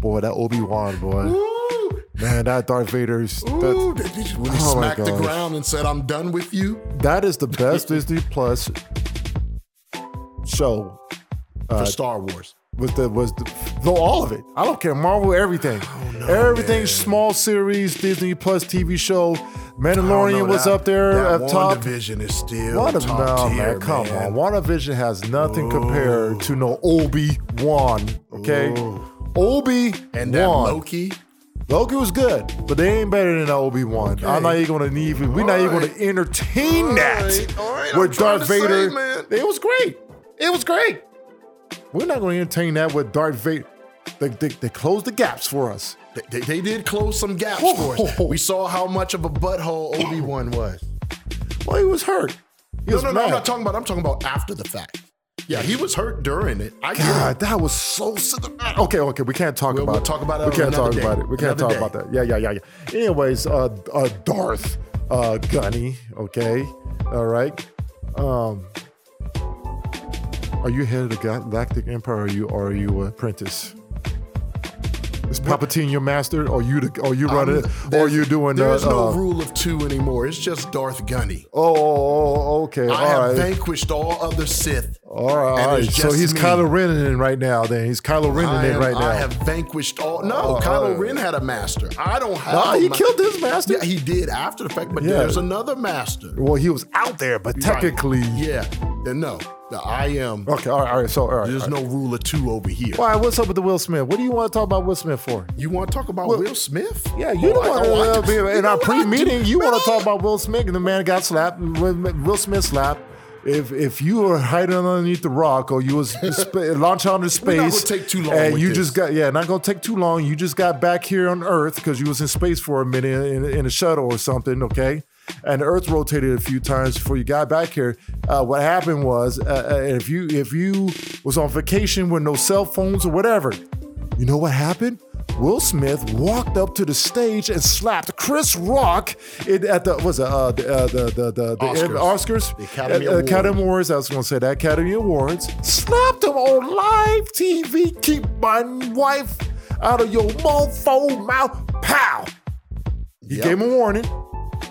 Boy, that Obi Wan boy. Ooh, Man, that Darth Vader's. ooh, That, they just- when he Oh my smacked the gosh. ground and said, "I'm done with you." that is the best Disney Plus show. Uh, for Star Wars. Was the was the, no all of it? I don't care. Marvel, everything, everything. Small series, Disney Plus TV show. I Mandalorian don't know, was that- up there that up top. WandaVision is still What a top no, tier, man. Come man. on. WandaVision has nothing compared to no Obi Wan. Okay. Obi And that Wan. Loki. Loki was good, but they ain't better than Obi Wan. I'm not even gonna even. We're not even gonna Alright. entertain that Alright, alright, I'm with trying Darth to say, Vader. man. it was great. It was great. We're not gonna entertain that with Darth Vader. They, they, they closed the gaps for us. They, they- they did close some gaps Whoa, for us. whoa, whoa. We saw how much of a butthole Obi Wan was. Well, he was hurt. He No, was no, no. I'm mad. not talking about. I'm talking about after the fact. Yeah, he was hurt during it. I get it. God, that was so cinematic. Okay, okay, we can't talk We'll- about we'll it. talk about it We can't another talk day. about it. We can't Another talk about day. that. Yeah, yeah, yeah, yeah. Anyways, uh, uh Darth, uh, Gunny. Okay, all right. Um, are you head of the Galactic Empire? Or are you or are you apprentice? Is Palpatine your master? Or you the? Or you running? it? or There's- you doing the? There's no uh, rule of two anymore. It's just Darth Gunny. oh, oh, oh, okay. I all have right. vanquished all other Sith. all right, and all right. it's So just he's me. Kylo Ren in it right now. Then he's Kylo Ren I in it am- right now. I have vanquished all. No, Oh, Kylo oh. Ren had a master. I don't have. No, Ah, he a ma- killed his master. Yeah, he did after the fact, but Yeah. there's another master. Well, he was out there, but technically, Uh, Yeah. And no, no, I am. okay. All right, all right. So, all right. There's all right. no rule of two over here. Why? What's up with the Will Smith? What do you want to talk about Will Smith for? You want to talk about Will Smith? Yeah, you don't I- want to I- uh, be you in know our what I do? pre-meeting. You want Man, to talk about Will Smith and the man got slapped. When Will Smith slapped. If if you were hiding underneath the rock or you was sp- launch out into We're space, not gonna take too long and with you this. just got yeah, not gonna take too long. You just got back here on Earth because you was in space for a minute in, in a shuttle or something, okay? And the Earth rotated a few times before you got back here. Uh, what happened was, uh, uh, if you if you was on vacation with no cell phones or whatever, you know what happened? Will Smith walked up to the stage and slapped Chris Rock in, at the was it, uh, the, uh, the the the the Oscars. Oscars? The Academy Uh, uh, Awards. Academy Awards. I was going to say that Academy Awards slapped him on live TV. Keep my wife out of your mofo mouth. Pow. He Yep. gave him a warning.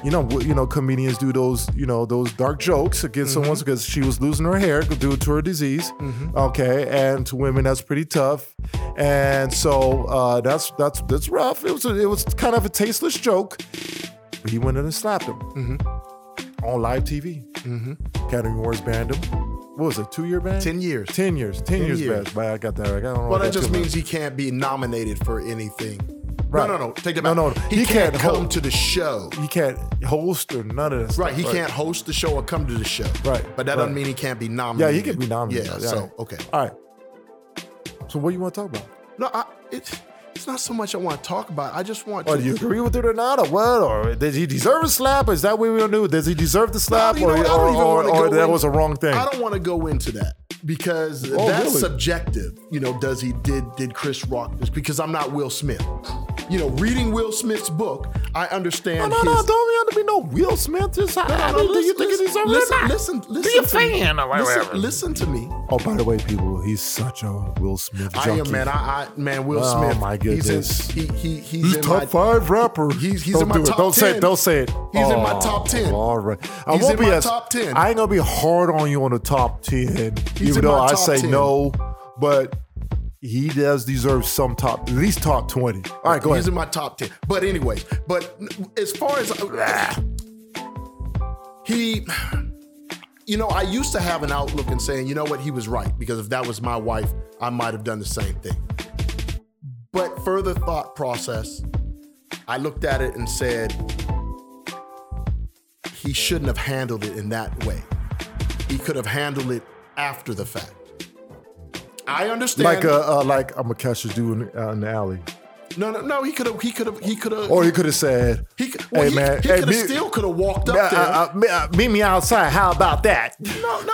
You know, wh- you know, comedians do those, you know, those dark jokes against Mm-hmm. someone because she was losing her hair due to her disease. Okay, and to women that's pretty tough, and so uh, that's that's that's rough. It was a, it was kind of a tasteless joke. But he went in and slapped him Mm-hmm. on live TV. Academy Awards banned him. What was it? Two year ban? 10 Mm-hmm. years. Ten years. Ten, years. years. Bad. But I got Oh, that. right. I don't know. Well, I that got just too means he can't be nominated for anything. Right. No, no, no. Take that No, back. no, He, he can't, can't come hold- to the show. much. he can't host or none of this. Right, stuff, he can't host the show or come to the show. Right, but that right. doesn't mean he can't be Yeah, nominated. he could be nominated. Yeah, so okay. All right. So what do you want to talk about? No, I, it's it's not so much I want to talk about. I just want Or to. do Oh, you agree with it or not, or what? Or does he deserve a slap? Is that what we gonna do? Does he deserve the slap, You know or, what, I don't or, even or, wanna or go oh, that in- was a wrong thing? I don't want to go into that because Oh, that's really? subjective. You know, does he did did Chris Rock this? Because I'm not Will Smith. You know, reading Will Smith's book, I No, understand. no, no, his, don't be no Will Smith. Just how, how do you think he deserves listen, it? or not? listen, listen, be a to me. fan or Listen- whatever. Listen, to me. Oh, by the way, people, he's such a Will Smith junkie. I am man. I, I man. Will Oh, Smith. my goodness. He's in, he, he, he's He's in top my- five rapper. He's- he's don't in my do it. top Don't say it. 10. Don't say it. Oh, He's in my top 10. All right. I He's won't in be my as, top 10. I ain't gonna be hard on you on the top ten, He's even in though my I top say 10. no, but he does deserve some top, at least top twenty. All right, go He's in ahead. my top ten. But anyway, ah. but as far as he, you know, I used to have an outlook and saying, you know what, he was right because if that was my wife, I might have done the same thing. But further thought process, I looked at it and said, he shouldn't have handled it in that way. He could have handled it after the fact. I understand. Like a uh, like I'm gonna catch this dude in, uh, in the alley, no, no, no. He could have. He could have. He could have. or he could have said, He, could- well, "Hey he, man, he hey, could have me- still could have walked up uh, there. uh, uh, me- uh, meet me outside. How about that?" no, no.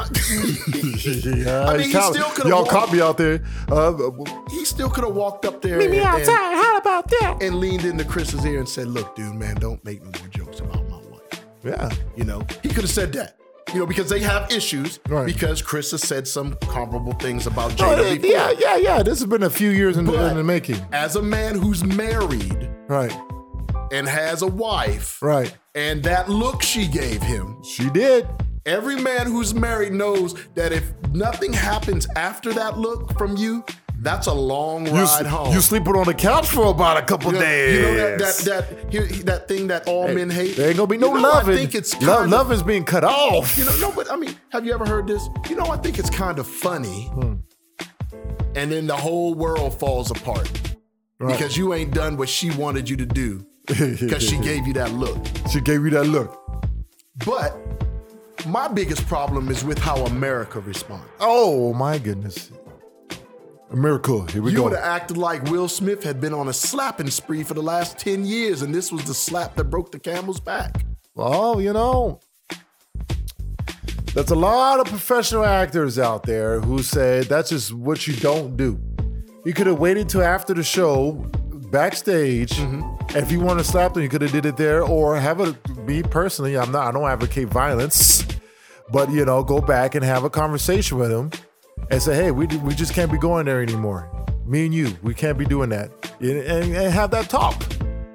Yeah, I mean, he kinda- still could have. y'all caught me out there. Uh, He still could have walked up there. meet me and- and- outside. How about that? and leaned into Chris's ear and said, "Look, dude, man, don't make no more jokes about my wife." Yeah, You know, he could have said that. You know, because they have issues. Right. Because Chris has said some comparable things about Oh, Jada yeah, before. yeah, yeah, yeah. This has been a few years in, But in the making. As a man who's married Right, and has a wife, right. and that look she gave him, She did. every man who's married knows that if nothing happens after that look from you, that's a long You, ride home. you sleeping on the couch for about a couple You know- days. You know that that that, here, that thing that all men hate. there ain't gonna be no you know, loving. I think it's Lo- kind love is being cut off. You know, no, but I mean, have you ever heard this? You know, I think it's kind of funny. Hmm. And then the whole world falls apart Right. because you ain't done what she wanted you to do because she gave you that look. she gave you that look. But my biggest problem is with how America responds. Oh my goodness. A miracle. Here we You go. would have acted like Will Smith had been on a slapping spree for the last 10 years, and this was the slap that broke the camel's back. Well, you know, there's a lot of professional actors out there who say that's just what you don't do. You could have waited till after the show, backstage. If you want to slap them, you could have did it there, or have it. Me personally, I'm not. I don't advocate violence, but you know, go back and have a conversation with them, and say, hey, we we just can't be going there anymore. Me and you, we can't be doing that, and, and, and have that talk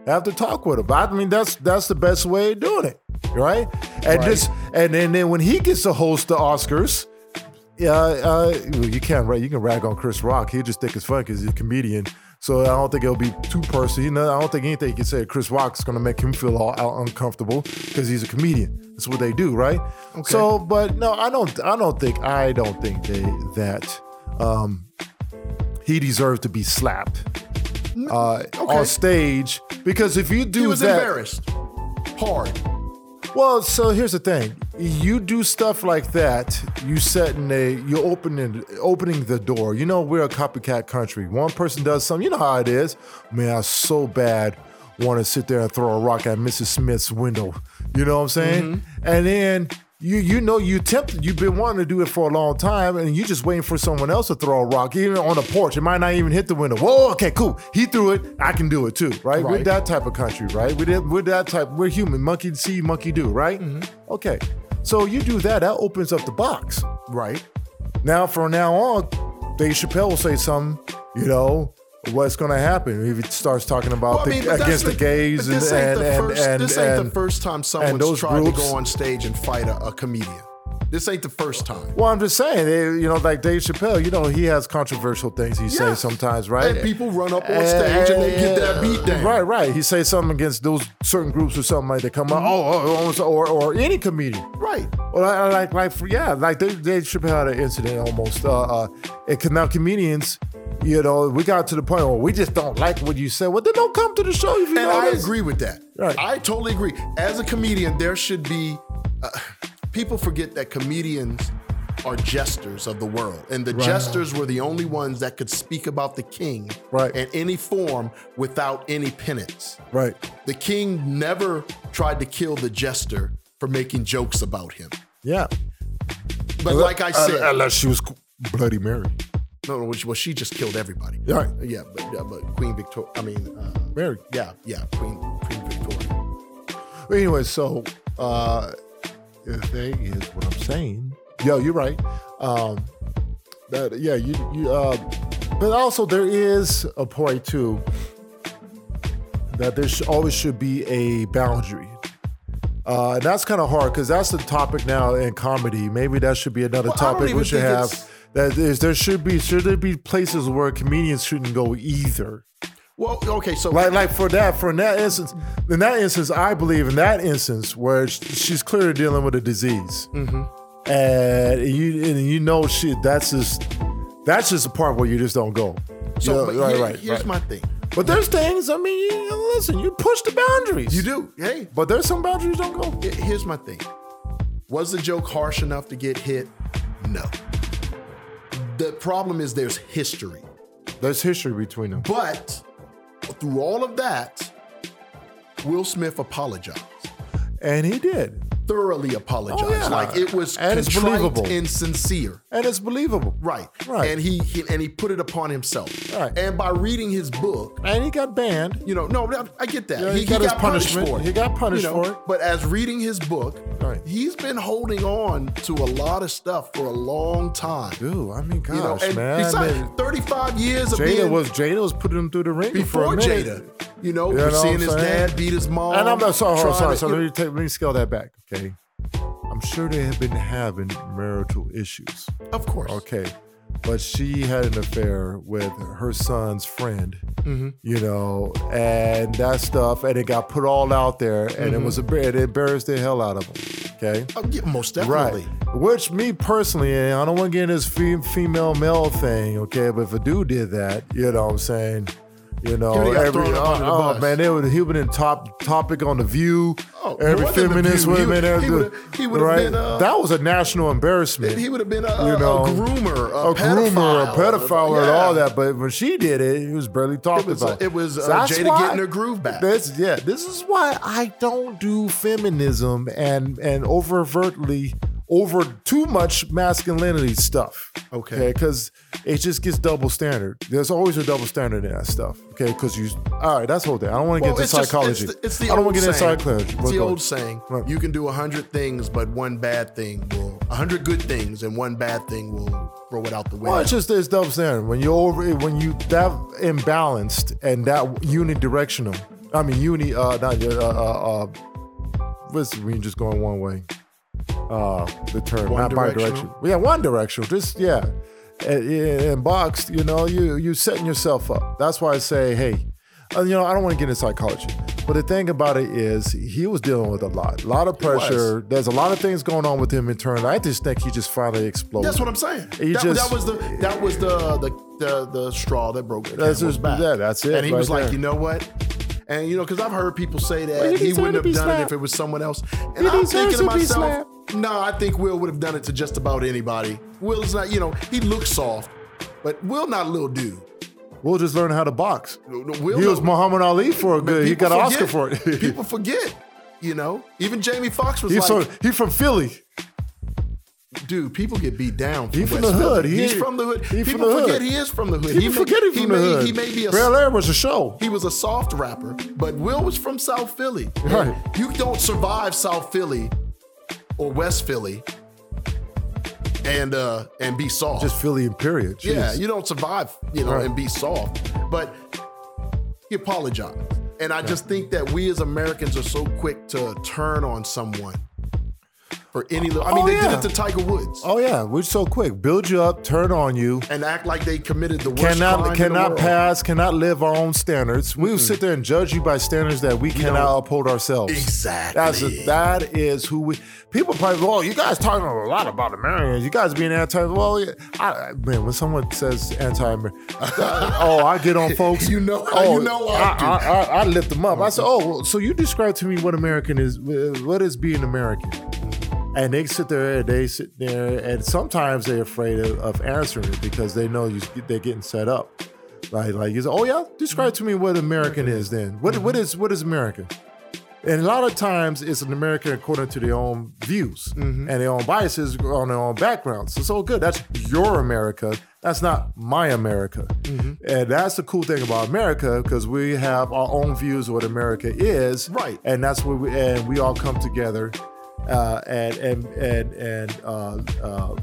have to talk with him. I mean, that's that's the best way of doing it, right? And just and then then when he gets to host the Oscars, yeah, uh, well, you can't ra- you can rag on Chris Rock. He'll just think it's funny because he's a comedian. So I don't think it'll be too personal. You know, I don't think anything you can say to Chris Rock's gonna make him feel all, all uncomfortable because he's a comedian. That's what they do, right? So, but no, I don't. I don't think. I don't think they that um, he deserved to be slapped uh, on stage because if you Mm, do He was that, embarrassed. Hard. well, so here's the thing: you do stuff like that, you setting a, you're opening opening the door. You know, we're a copycat country. One person does something, you know how it is. Man, I so bad want to sit there and throw a rock at Mrs. Smith's window. You know what I'm saying? And then. You, you know you tempted you've been wanting to do it for a long time and you're just waiting for someone else to throw a rock even on the porch it might not even hit the window whoa okay cool he threw it I can do it too right, we're Right. that type of country right we're that, we're that type we're human monkey see monkey do right Mm-hmm. okay so you do that that opens up the box Right. now, from now on, Dave Chappelle will say something, you know, what's going to happen if he starts talking about Well, I the, mean, but that's against the, the- gays but and, this ain't and, the and, first- and, This ain't the and- first time someone's those tried to groups. go on stage and fight a, a comedian. This ain't the first time. Well, I'm just saying, eh, you know, like Dave Chappelle, you know, he has controversial things he Yeah. says sometimes, right? And people run up on stage and they get that beat down. Right, right. He says something against those certain groups or something like that. Come Mm-hmm. on, oh, oh, oh, or or any comedian. Right. Well, I, I like, like, for, yeah, like they, they should have had an incident almost. Uh, uh, and can- now comedians, you know, we got to the point where we just don't like what you said. Well, then don't come to the show if you And know I this. agree with that. Right. I totally agree. As a comedian, there should be. Uh, people forget that comedians are jesters of the world, and the jesters were the only ones that could speak about the king Right. in any form without any penance. Right. The king never tried to kill the jester for making jokes about him. Yeah. But like uh, I said, unless she was Bloody Mary. No, no, well, she- well, she just killed everybody. Right. Yeah, but, yeah, but Queen Victoria. I mean, uh, Mary. yeah, yeah, Queen Queen Victoria. But anyway, so uh, the thing is, what I'm saying, yo, you're right. Um, that yeah, you you. Uh, but also, there is a point too that there should, always should be a boundary. Uh, and that's kind of hard because that's the topic now in comedy. Maybe that should be another Well, I don't topic we even should think have. it's- That is, there should be should there be places where comedians shouldn't go either. Well, okay, so Like, like for that, for in that instance, in Mm-hmm. that instance, I believe in that instance where sh- she's clearly dealing with a disease, and you and you know shit. That's just that's just the part where you just don't go. So, Yeah, but right, here- right, here's right. my thing. But there's things. I mean, you, listen, you push the boundaries. You do. Hey, But there's some boundaries don't go. Here- Here's my thing. Was the joke harsh enough to get hit? No. The problem is there's history. There's history between them. But through all of that, Will Smith apologized. And he did. Thoroughly apologized. Oh, yeah. Like it was And it's contrite believable. and sincere. And it's believable. Right. Right. And he, he and he put it upon himself. Right. And by reading his book, And he got banned. you know, no, I get that. Yeah, he got his punishment. He got punished for it. But as reading his book, Right. he's been holding on to a lot of stuff for a long time. Dude, I mean, gosh, you know, and man. besides, man. 35 years of Jada being was Jada was putting him through the ring for before a minute. Jada. You know, You know for what seeing I'm his saying? dad beat his mom. And I'm not sorry. Hold on, trying sorry. to- So let me take, let me scale that back. Okay. I'm sure they have been having marital issues. of course. Okay. But she had an affair with her son's friend, Mm-hmm. you know, and that stuff, and it got put all out there, and Mm-hmm. it was embar- it embarrassed the hell out of him. Okay, Oh, yeah, most definitely. right. Which me personally, and I don't want to get into this fem- female male thing, okay, but if a dude did that, you know, what I'm saying, you know, He would've got thrown up oh, under the oh, bus. man, they would he would in top topic on the View. Oh, it every wasn't The feminist View. He women, would- every, he would've- he would've right? been, uh, that was a national embarrassment He would have been a, You a- a know, groomer, a, a groomer, a pedophile, and Yeah. all that. But when she did it, it was barely talked It was, about. uh, it was, uh, that's Jada getting her groove back. This, yeah, this is why I don't do feminism and and overtly over too much masculinity stuff. Okay. because it just gets double standard. There's always a double standard in that stuff. Okay, because you all right. That's the whole thing. I don't want to Well, get into it's just- psychology. it's the- it's the I don't old want to get into saying. psychology. It's We're the going- old saying. Right. You can do a hundred things, but one bad thing will. A hundred good things and one bad thing will throw it out the window. Well, it's just this double standard. When you're over, when you that imbalanced and that unidirectional. I mean, uni, uh, not uh, uh, uh, what's when you're just going one way. Uh, the term One not by directional? direction. Yeah, one directional. Just yeah, and, and boxed. You know, you you setting yourself up. That's why I say, hey, uh, you know, I don't want to get into psychology. But the thing about it is, he was dealing with a lot, a lot of was. pressure. There's a lot of things going on with him in turn. I just think he just finally exploded. That's what I'm saying. He That, just- that was the that was the the the, the straw that broke the That's camel's just- back. yeah, that's it And he right was like, there. you know what? And you know, because I've heard people say that he he deserved wouldn't to have be done it slapped. if it was someone else. He And I'm deserves thinking to to be myself, slapped. no, I think Will would have done it to just about anybody. Will is not, you know, he looks soft, but Will not a little dude. We'll just learn how to box. Will he was knows. Muhammad Ali for a good. He People got an Oscar forget. for it. people forget, you know. Even Jamie Foxx was He's like, so, he from Philly. dude, people get beat down. He from West the hood. Philly. He he's ain't- from the hood. he from people the hood. forget he is from the hood. People forget he he from the may, hood. He may be a Bel Air was a show. he was a soft rapper, but Will was from South Philly. Right. You don't survive South Philly or West Philly and uh and be soft. Just Philly and period. Jeez. yeah, you don't survive, you know, Right. and be soft. But he apologized. And I just think that we as Americans are so quick to turn on someone for any little I mean Oh, they yeah. did it to Tiger Woods. oh yeah, we're so quick. Build you up, turn on you. and act like they committed the worst crime Cannot in the cannot world. pass. Cannot live our own standards. We will sit there and judge you by standards that we cannot uphold ourselves. Exactly. That's a, that is who we people probably. Well, you guys talking a lot about Americans. You guys being anti. Well, yeah, I, man, when someone says anti, oh, I get on folks. You know- oh, you know I do. I, I, I lift them up. I said, oh, well, so you describe to me what American is. What is being American? And they sit there and they sit there, and sometimes they're afraid of, of answering it because they know you, they're getting set up. Like, like you say, oh yeah, describe to me what American is then. What, what is what is American? And a lot of times it's an American according to their own views Mm-hmm. and their own biases on their own backgrounds. It's all good. That's your America. That's not my America. Mm-hmm. And that's the cool thing about America because we have our own views of what America is. Right. And that's where we and we all come together uh, and and and and uh, uh,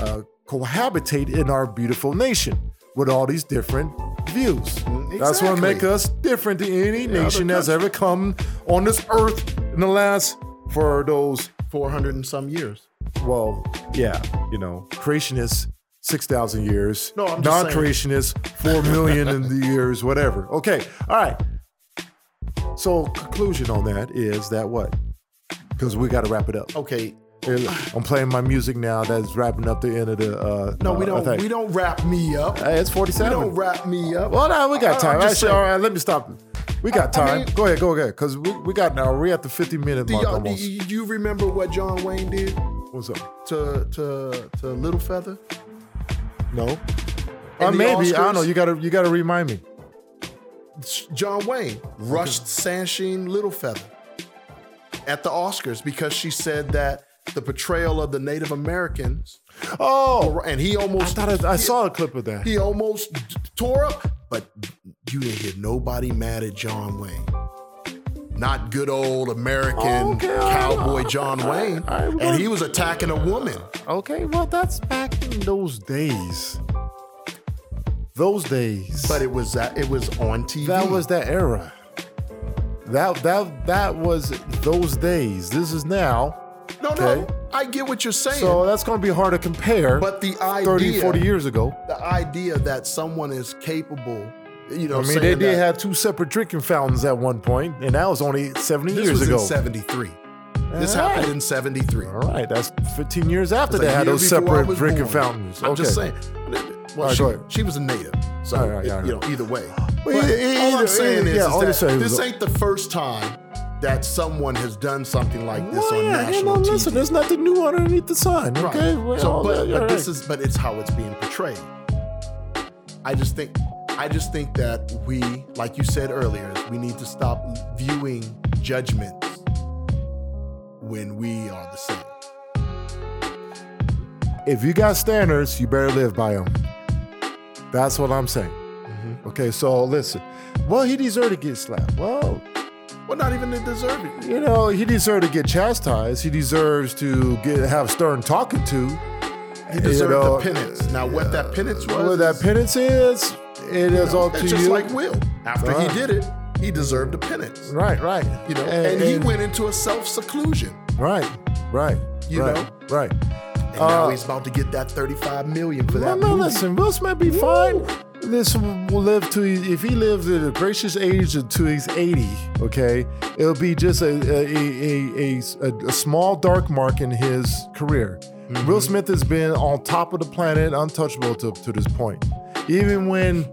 uh, cohabitate in our beautiful nation with all these different views. That's what Mm, exactly. makes us different than any nation that's country. ever come on this earth in the last for those four hundred and some years. well yeah you know creationists 6000 years No, I'm just saying. non-creationists 4 million in the years whatever okay all right Oh. so conclusion on that is that what because we got to wrap it up okay, It- I'm playing my music now. That's wrapping up the end of the. Uh, No, uh, we don't. thing. We don't wrap me up. Hey, it's We 47. don't wrap me up. Well, no, we I- got I'm time. just Actually, saying, all right, let me stop. We got I- I time. mean- go ahead, go ahead, because we, we got now. We're at the 50 minute do mark y'all- do almost. you, you remember what John Wayne did What's up? to to to Little Feather? No. Or the Uh, maybe I don't know. Oscars? You gotta you gotta remind me. John Wayne rushed Sansheen Littlefeather at the Oscars because she said that the portrayal of the Native Americans, Oh, and he I almost thought I, I saw a clip of that. he almost d- tore up, but you didn't hear nobody mad at John Wayne. Not good old American Okay, I- cowboy John Wayne, I- I- and he was attacking a woman. Okay, well that's back in those days. Those days. But it was that it was on TV. that was that era. That that that was those days. This is now. no, no. okay. I get what you're saying, So that's gonna be hard to compare. but the idea 30, 40 years ago. the idea that someone is capable, you know, I mean, saying they did that- have two separate drinking fountains at one point, and that was only 70 this years was ago. in 73. This All happened right. in 73. All right, that's 15 years after It's a they had year those before I separate was drinking born. fountains. I'm just Okay. saying. Well, right, she, go ahead. she was a native, so All right, it- all right. you know, either way. But Well, either- all either- I'm saying either- is, yeah, is all I'm that saying this is- ain't the first time that someone has done something like this Well, on yeah, you know, national TV. listen, there's nothing new underneath the sun. Right. Okay, well, so, but, all but this right. is but it's how it's being portrayed. I just think I just think that we, like you said earlier, we need to stop viewing judgments when we are the same. if you got standards, you better live by them. That's what I'm saying. Mm-hmm. Okay, so listen. Well, he deserved to get slapped. Well, Well, not even the deserving. you know, he deserved to get chastised. He deserves to get have stern talking to. He deserved know, the penance. Now, what that penance was? Well, that is- penance is, it is all It's to just you. like Will. After Right. he did it, he deserved a penance. right, right. You know, and, and, he went into a self seclusion. Right, right. You right, know? right. And now Uh, he's about to get that thirty-five million for Well, that no, movie. listen, Wilson might be fine. This will live to if he lives at a gracious age to he's eighty. Okay, it'll be just a a a, a, a, a small dark mark in his career. Mm-hmm. Will Smith has been on top of the planet, untouchable to, to this point. Even when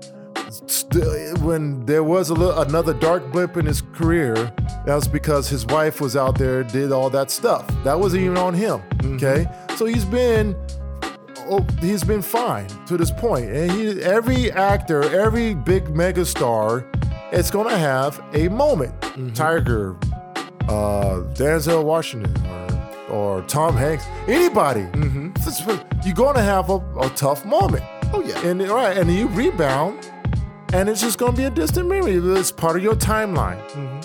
st- when there was a little, another dark blip in his career, that was because his wife was out there, did all that stuff. That wasn't even on him. Okay, Mm-hmm. so he's been oh, he's been fine to this point. And he, every actor, every big megastar, it's gonna have a moment. Tiger, uh, Denzel Washington, or, or Tom Hanks, anybody. This- You're gonna have a, a tough moment. Oh yeah. And all right, and you rebound, and it's just gonna be a distant memory. It's part of your timeline.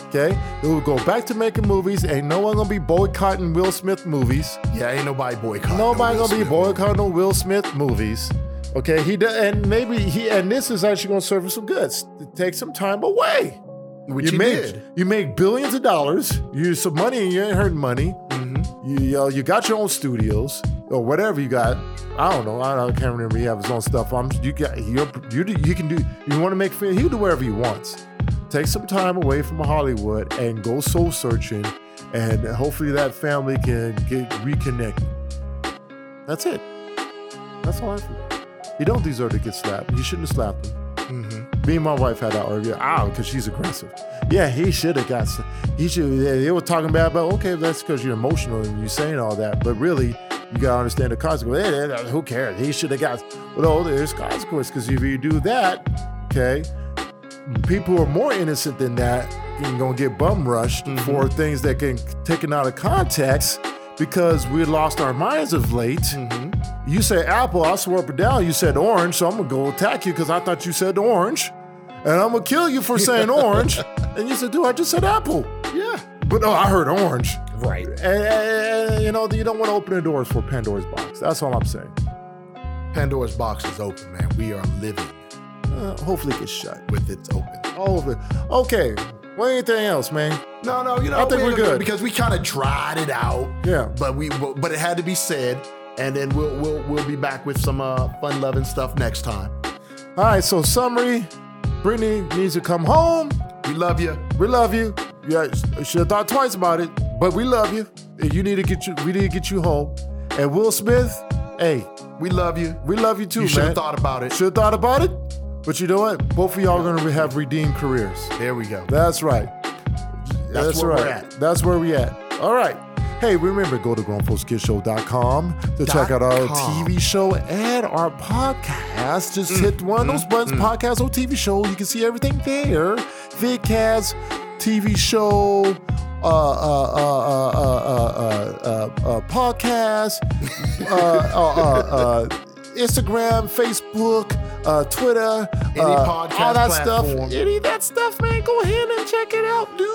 Okay, it will go back to making movies. Ain't no one gonna be boycotting Will Smith movies. yeah, ain't nobody boycotting. Nobody Will gonna be Smith. boycotting no Will Smith movies. Okay, he do- and maybe he and this is actually gonna serve him some goods. Take some time away. Which he make did. you make billions of dollars. You use some money and you ain't hurting money. Mm-hmm. You you, know, you got your own studios or whatever you got. I don't know. I, don't, I can't remember. He have his own stuff. I'm you got you're, you do- you can do. You want to make film? He'll do whatever he wants. Take some time away from Hollywood and go soul searching, and hopefully that family can get reconnected. That's it. That's all I feel. You don't deserve to get slapped. You shouldn't have slapped him. Me and my wife had that argument. Ow, because she's aggressive. Yeah, he should have got. sl- He should. They they were talking bad about. Okay, that's because you're emotional and you're saying all that. But really, you gotta understand the consequence. Eh, eh, eh, Who cares? He should have got. Well, no, there's consequence because if you do that, okay, people who are more innocent than that and gonna get bum rushed for things that can taken out of context because we lost our minds of late. You say apple, I swore up and down. You said orange, so I'm gonna go attack you because I thought you said orange, and I'm gonna kill you for saying orange. And you said, dude, I just said apple. Yeah. But no, I heard orange. Right. And, and- and, you know, you don't want to open the doors for Pandora's box. That's all I'm saying. Pandora's box is open, man. We are living Uh, hopefully, it gets shut. with its open. All of it. Okay. Well, anything else, man? No, no, you know, I think we're good. because we kind of dried it out. Yeah. But we, but, but it had to be said, and then we'll we'll we'll be back with some uh, fun loving stuff next time. All right, so summary Brittany needs to come home. We love you. We love you. Yeah, should have thought twice about it, but we love you. and you need to get you. We need to get you home. And Will Smith, hey, We love you. we love you too, You should man. have thought about it. Should have thought about it. But you know what? Both of y'all are gonna have redeemed careers. There we go. That's right. That's where right. we're at. That's where we at. All right. Hey, remember, go to grownfolkskidsshow.com to check out our com. Mm, TV show and our podcast. Just hit one of those buttons, podcast or TV show. You can see everything there. VidCast, TV show, uh, uh, uh, uh, uh, uh, uh, uh, podcast, uh, uh, uh, uh, Instagram, Facebook, uh, Twitter, Any uh, podcast all that platform. stuff. Any of that stuff, man. Go ahead and check it out, dude.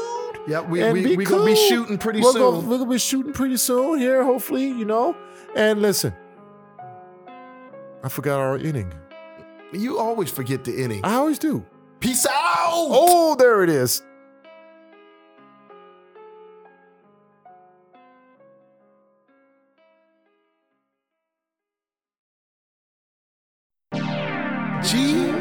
Yeah, we- And we- we gonna be shooting pretty We're gonna- soon. we're gonna be shooting pretty soon here, hopefully, you know. And listen, I forgot our inning. You always forget the inning. I always do. Peace out. Oh, there it is. G.